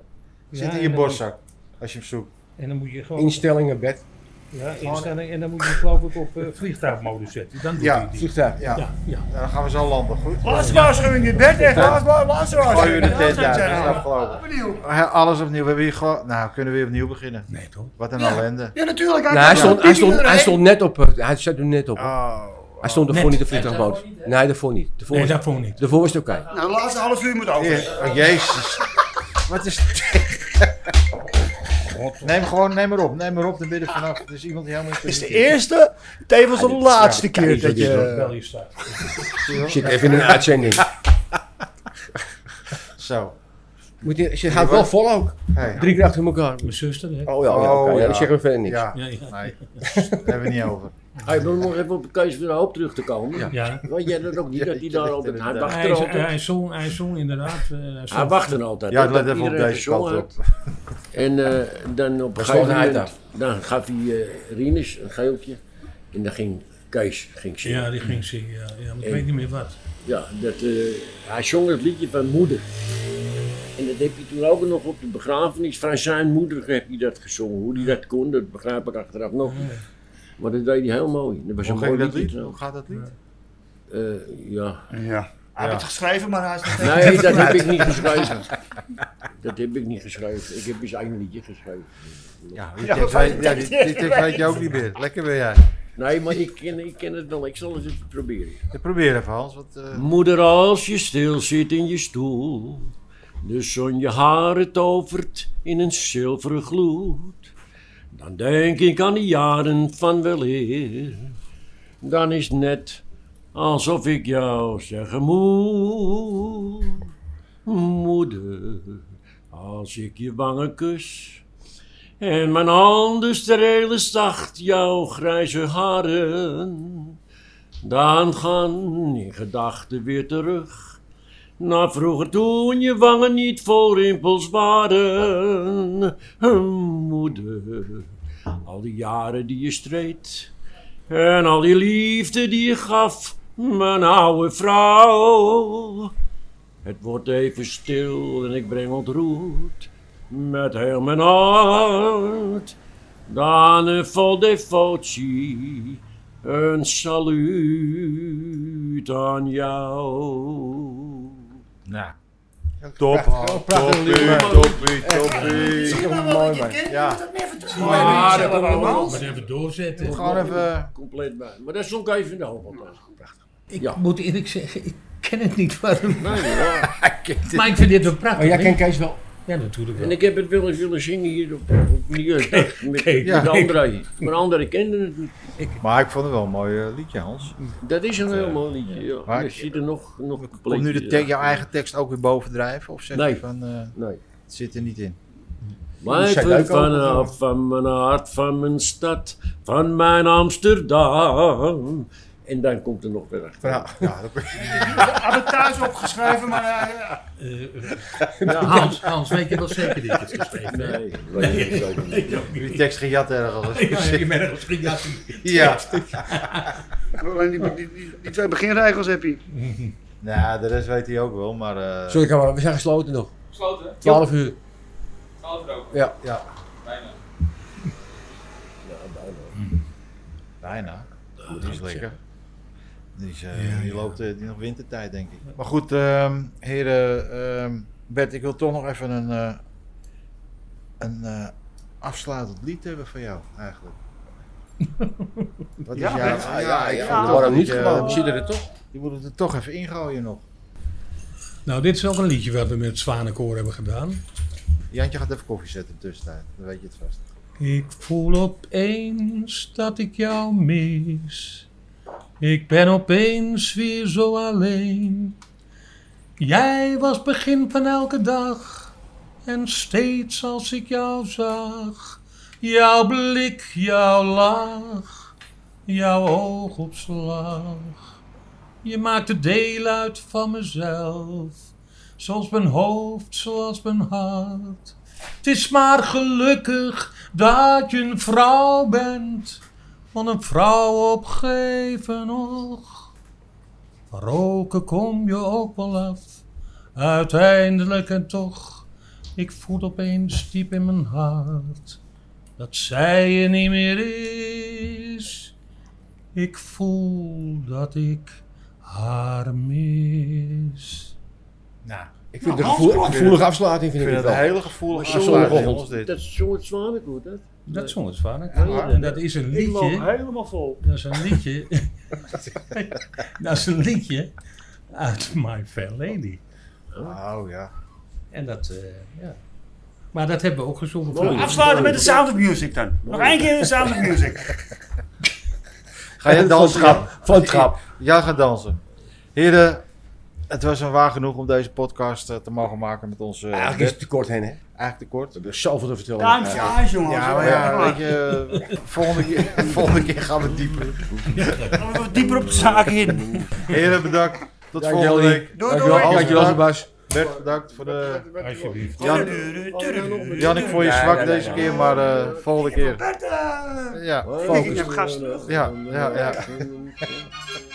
[SPEAKER 3] Zit in je
[SPEAKER 2] en dan-
[SPEAKER 3] borstzak, als je hem zoekt.
[SPEAKER 2] En dan moet je gewoon
[SPEAKER 6] Instellingen, bed,
[SPEAKER 2] ja, instelling en dan moet je hem, geloof ik op eh, vliegtuigmodus zetten. Dan doet
[SPEAKER 3] Ja.
[SPEAKER 2] hij die.
[SPEAKER 6] vliegtuig.
[SPEAKER 3] Ja,
[SPEAKER 2] Ja, ja. Oh,
[SPEAKER 3] nou, dan gaan we zo landen, goed?
[SPEAKER 8] Laatste waarschuwing in bed, echt. Laatste wa- laatste
[SPEAKER 3] Gooi weer
[SPEAKER 8] waarschuwing.
[SPEAKER 3] de tent uit, dat is
[SPEAKER 8] Ja,
[SPEAKER 3] afgelopen.
[SPEAKER 8] Opnieuw.
[SPEAKER 3] He- Alles opnieuw, we hebben hier gewoon... Nou, kunnen we weer opnieuw beginnen.
[SPEAKER 2] Nee toch?
[SPEAKER 3] Wat een
[SPEAKER 8] Ja.
[SPEAKER 3] ellende.
[SPEAKER 8] Ja, natuurlijk.
[SPEAKER 6] Nou, hij
[SPEAKER 8] ja,
[SPEAKER 6] stond, hij,
[SPEAKER 8] die
[SPEAKER 6] stond, hij
[SPEAKER 8] iedereen.
[SPEAKER 6] stond net op. eh, Hij zat er net op. hoor.
[SPEAKER 3] Oh.
[SPEAKER 6] Hij stond ervoor
[SPEAKER 2] Net.
[SPEAKER 6] niet op vliegtuigboot.
[SPEAKER 7] Daarvoor niet, hè?
[SPEAKER 6] Nee, daarvoor niet. Daarvoor,
[SPEAKER 2] Nee,
[SPEAKER 6] was,
[SPEAKER 2] daarvoor niet.
[SPEAKER 6] daarvoor was het oké.
[SPEAKER 8] Nou, de laatste half uur moet over.
[SPEAKER 3] Hier, oh, jezus. Wat is dit? Neem gewoon, neem maar op, neem maar op, dan ben je er vanaf. Er is iemand die helemaal in
[SPEAKER 4] Het is de
[SPEAKER 3] paniek
[SPEAKER 4] eerste, tevens de laatste keer
[SPEAKER 6] kijk,
[SPEAKER 4] dat
[SPEAKER 6] dat is
[SPEAKER 4] je...
[SPEAKER 2] Bel je staat.
[SPEAKER 6] Ik Zit even in een uitzending.
[SPEAKER 3] is. Zo.
[SPEAKER 6] Moet je, je houdt wel vol ook.
[SPEAKER 3] Hey.
[SPEAKER 6] Drie keer achter elkaar.
[SPEAKER 2] Mijn zuster, hè?
[SPEAKER 6] Oh ja, ja, oké,
[SPEAKER 3] Oh,
[SPEAKER 6] ja,
[SPEAKER 3] ja.
[SPEAKER 6] dan zeggen we verder niks.
[SPEAKER 3] Ja,
[SPEAKER 2] Ja, ja.
[SPEAKER 3] nee. Daar hebben we niet over.
[SPEAKER 5] Hij wil nog even op Kees van der Hoop terug te komen.
[SPEAKER 6] Ja.
[SPEAKER 2] Ja.
[SPEAKER 5] Weet jij dat ook niet, dat hij daar altijd... Hij wacht
[SPEAKER 2] Hij,
[SPEAKER 5] er
[SPEAKER 2] is- eh,
[SPEAKER 5] altijd.
[SPEAKER 2] hij, zong, hij zong inderdaad. eh, hij zong-
[SPEAKER 5] Hij wacht er altijd.
[SPEAKER 3] Ja,
[SPEAKER 5] hè,
[SPEAKER 3] let
[SPEAKER 5] dat
[SPEAKER 3] even op
[SPEAKER 5] iedereen
[SPEAKER 3] deze kant
[SPEAKER 5] gezongen
[SPEAKER 3] op.
[SPEAKER 5] had. En eh, dan op een
[SPEAKER 6] Dat
[SPEAKER 5] gegeven
[SPEAKER 6] sloeg hij
[SPEAKER 5] moment, dan gaf hij eh Rinus een geeltje. En dan ging Kees ging zingen.
[SPEAKER 2] Ja, die ging zingen. Ja, ja, maar ik
[SPEAKER 5] En-
[SPEAKER 2] weet niet meer wat.
[SPEAKER 5] Ja, dat, eh, hij zong het liedje van moeder. En dat heb je toen ook nog op de begrafenis van zijn moeder heb je dat gezongen. Hoe die dat kon, dat begrijp ik achteraf nog. niet. Maar dat deed hij heel mooi. Dat was
[SPEAKER 3] Hoe
[SPEAKER 5] een
[SPEAKER 3] ging
[SPEAKER 5] mooi
[SPEAKER 3] dat
[SPEAKER 5] liedje
[SPEAKER 3] lied? Hoe
[SPEAKER 5] trouwens.
[SPEAKER 3] gaat dat lied?
[SPEAKER 5] Eh, ja.
[SPEAKER 8] Ja. Hij heeft het geschreven, maar hij is nog
[SPEAKER 5] Nee, dat heb ik niet geschreven. Dat heb ik niet geschreven. Ik heb eens één liedje geschreven.
[SPEAKER 3] Ja, die tekst weet- ja, die- die tekst weet je ook niet meer. Lekker ben jij.
[SPEAKER 5] Nee, maar ik ken, ik ken het wel. Ik zal het even proberen.
[SPEAKER 3] Ja, Probeer even Hans, want... eh,
[SPEAKER 1] Moeder, als je stil zit in je stoel, de zon je haren tovert in een zilveren gloed, dan denk ik aan de jaren van weleer. Dan is net alsof ik jou zeggen moet, moeder, als ik je wangen kus. En mijn handen strelen zacht jouw grijze haren. Dan gaan in gedachten weer terug naar vroeger toen je wangen niet vol rimpels waren. Hm, Moeder, al die jaren die je streed en al die liefde die je gaf, mijn oude vrouw. Het wordt even stil en ik breng ontroerd met heel mijn hart. Dan een vol devotie een saluut aan jou.
[SPEAKER 3] Nou. Top,
[SPEAKER 6] Prachtig, prachtig lied,
[SPEAKER 3] toppie,
[SPEAKER 6] man.
[SPEAKER 3] toppie, toppie.
[SPEAKER 8] Ik
[SPEAKER 6] Jongen,
[SPEAKER 8] ben wel een
[SPEAKER 6] mooi,
[SPEAKER 8] keer
[SPEAKER 6] man.
[SPEAKER 8] kind,
[SPEAKER 3] Ja.
[SPEAKER 8] je moet dat meer vertrouwen
[SPEAKER 2] Ja,
[SPEAKER 8] hebben in jezelf
[SPEAKER 2] dat moet
[SPEAKER 8] allemaal.
[SPEAKER 2] maar even doorzetten.
[SPEAKER 3] Gewoon even...
[SPEAKER 5] Compleet bij. Maar dat zong Kees van der Hoop altijd.
[SPEAKER 2] Ik
[SPEAKER 5] Ja.
[SPEAKER 2] moet eerlijk zeggen, ik ken het niet waarom.
[SPEAKER 5] ja.
[SPEAKER 2] Maar ik vind dit wel prachtig.
[SPEAKER 6] Maar jij
[SPEAKER 2] hè?
[SPEAKER 6] kent Kees wel.
[SPEAKER 2] Ja, natuurlijk wel.
[SPEAKER 5] En ik heb het wel eens willen zingen hier op, op Milieudag met,
[SPEAKER 2] kijk,
[SPEAKER 3] ja,
[SPEAKER 5] met
[SPEAKER 2] ik-
[SPEAKER 5] André. Maar André kende het niet.
[SPEAKER 3] Maar ik vond het wel een mooi eh, liedje, Hans.
[SPEAKER 5] Dat is een heel mooi liedje. Ja.
[SPEAKER 3] Maar-
[SPEAKER 5] Er zit er nog, nog een
[SPEAKER 3] Komt nu de
[SPEAKER 5] plekje
[SPEAKER 3] te- jouw eigen tekst ook weer bovendrijven? Of zeg
[SPEAKER 5] Nee.
[SPEAKER 3] je van, eh,
[SPEAKER 5] Nee.
[SPEAKER 3] het zit er niet in?
[SPEAKER 5] Blijven vanaf van mijn hart, van mijn stad, van mijn Amsterdam. En dan komt er nog weer achter.
[SPEAKER 3] Ja, ja, dat
[SPEAKER 4] Had het thuis opgeschreven, maar eh,
[SPEAKER 2] Hans, Hans, weet je wel zeker dat je het geschreven hebt?
[SPEAKER 5] Nee, weet ik niet, weet ik niet.
[SPEAKER 3] die tekst gejat ergens.
[SPEAKER 2] Ja, je bent een vriendje.
[SPEAKER 3] Ja.
[SPEAKER 8] Alleen die, die, die, die twee beginregels heb je.
[SPEAKER 3] Nou, de rest weet hij ook wel, maar... eh,
[SPEAKER 6] Sorry, kamer, we zijn gesloten nog.
[SPEAKER 7] Gesloten,
[SPEAKER 6] 12 uur.
[SPEAKER 7] 12 euro. Bijna.
[SPEAKER 3] Bijna. Die is lekker. Die, is, eh, die loopt eh, die nog wintertijd, denk ik. Maar goed, ehm, heren. ehm, Bert, ik wil toch nog even een, eh, een eh, afsluitend lied hebben van jou, eigenlijk. Wat is
[SPEAKER 8] Ja,
[SPEAKER 3] jouw-
[SPEAKER 8] Bert?
[SPEAKER 3] ja,
[SPEAKER 6] ja,
[SPEAKER 3] ik
[SPEAKER 6] ja. eh,
[SPEAKER 3] vond toch
[SPEAKER 6] Waarom
[SPEAKER 3] dat
[SPEAKER 6] niet
[SPEAKER 3] je-
[SPEAKER 6] gewoon?
[SPEAKER 3] Je, er toch, je moet het er toch even ingooien nog.
[SPEAKER 2] Nou, dit is wel een liedje wat we met het Zwanenkoor hebben gedaan.
[SPEAKER 3] Jantje gaat even koffie zetten in de tussentijd. Dan weet je het vast.
[SPEAKER 2] Ik voel opeens dat ik jou mis. Ik ben opeens weer zo alleen. Jij was begin van elke dag. En steeds als ik jou zag, jouw blik, jouw lach, jouw oogopslag. Je maakte deel uit van mezelf, zoals mijn hoofd, zoals mijn hart. Het is maar gelukkig dat je een vrouw bent. Want een vrouw opgeven nog. Van roken kom je ook wel af. Uiteindelijk en toch. Ik voel opeens diep in mijn hart. Dat zij er niet meer is. Ik voel dat ik haar mis.
[SPEAKER 3] Nou,
[SPEAKER 6] Ik vind het
[SPEAKER 8] Nou,
[SPEAKER 6] een
[SPEAKER 8] Hans
[SPEAKER 6] gevoel-
[SPEAKER 8] Klok.
[SPEAKER 6] gevoelige afsluiting.
[SPEAKER 3] ik
[SPEAKER 6] Vind ik
[SPEAKER 3] vind
[SPEAKER 6] het
[SPEAKER 3] het een
[SPEAKER 6] wel.
[SPEAKER 3] hele gevoelige
[SPEAKER 6] Maar
[SPEAKER 3] afsluiting.
[SPEAKER 6] zondag-
[SPEAKER 3] Ons dit.
[SPEAKER 5] Dat soort zwaar wordt dat.
[SPEAKER 2] Dat zong het vaak.
[SPEAKER 5] Ja.
[SPEAKER 2] En dat is een
[SPEAKER 8] Ik loop
[SPEAKER 2] liedje.
[SPEAKER 8] helemaal vol.
[SPEAKER 2] Dat is een liedje. dat is een liedje uit My Fair Lady.
[SPEAKER 6] Nou,
[SPEAKER 3] Oh ja.
[SPEAKER 2] En dat, eh, ja. Maar dat hebben we ook gezongen.
[SPEAKER 5] Mooi.
[SPEAKER 8] Afsluiten met de Sound of Music dan. Nog één keer de Sound of Music.
[SPEAKER 3] Ga je dansen?
[SPEAKER 6] Van het
[SPEAKER 3] Jan?
[SPEAKER 6] grap, van het grap.
[SPEAKER 3] Ja, ga dansen. Heren, het was een waar genoeg om deze podcast eh, te mogen maken met onze... eh,
[SPEAKER 6] Eigenlijk is het te kort heen, hè?
[SPEAKER 3] eigenlijk te kort.
[SPEAKER 6] We hebben zoveel te vertellen.
[SPEAKER 8] Time flies, jongens.
[SPEAKER 3] Ja, maar ja, weet je, eh, volgende keer, volgende keer gaan we dieper.
[SPEAKER 8] Gaan we wat dieper op de zaak in.
[SPEAKER 3] Heren, bedankt. Tot
[SPEAKER 6] Dank
[SPEAKER 3] volgende
[SPEAKER 6] jullie.
[SPEAKER 3] week.
[SPEAKER 8] Doei, doei.
[SPEAKER 6] Dankjewel, dankjewel Sebas.
[SPEAKER 3] Bert, bedankt voor de...
[SPEAKER 2] Alsjeblieft.
[SPEAKER 3] Jan, Jan ik vond je
[SPEAKER 6] Nee,
[SPEAKER 3] zwak
[SPEAKER 6] nee, nee,
[SPEAKER 3] deze
[SPEAKER 6] nee.
[SPEAKER 3] keer, maar eh, volgende keer.
[SPEAKER 8] Bert, eh,
[SPEAKER 3] Ja,
[SPEAKER 8] Ik heb gas terug.
[SPEAKER 3] Ja, ja, ja.
[SPEAKER 5] ja.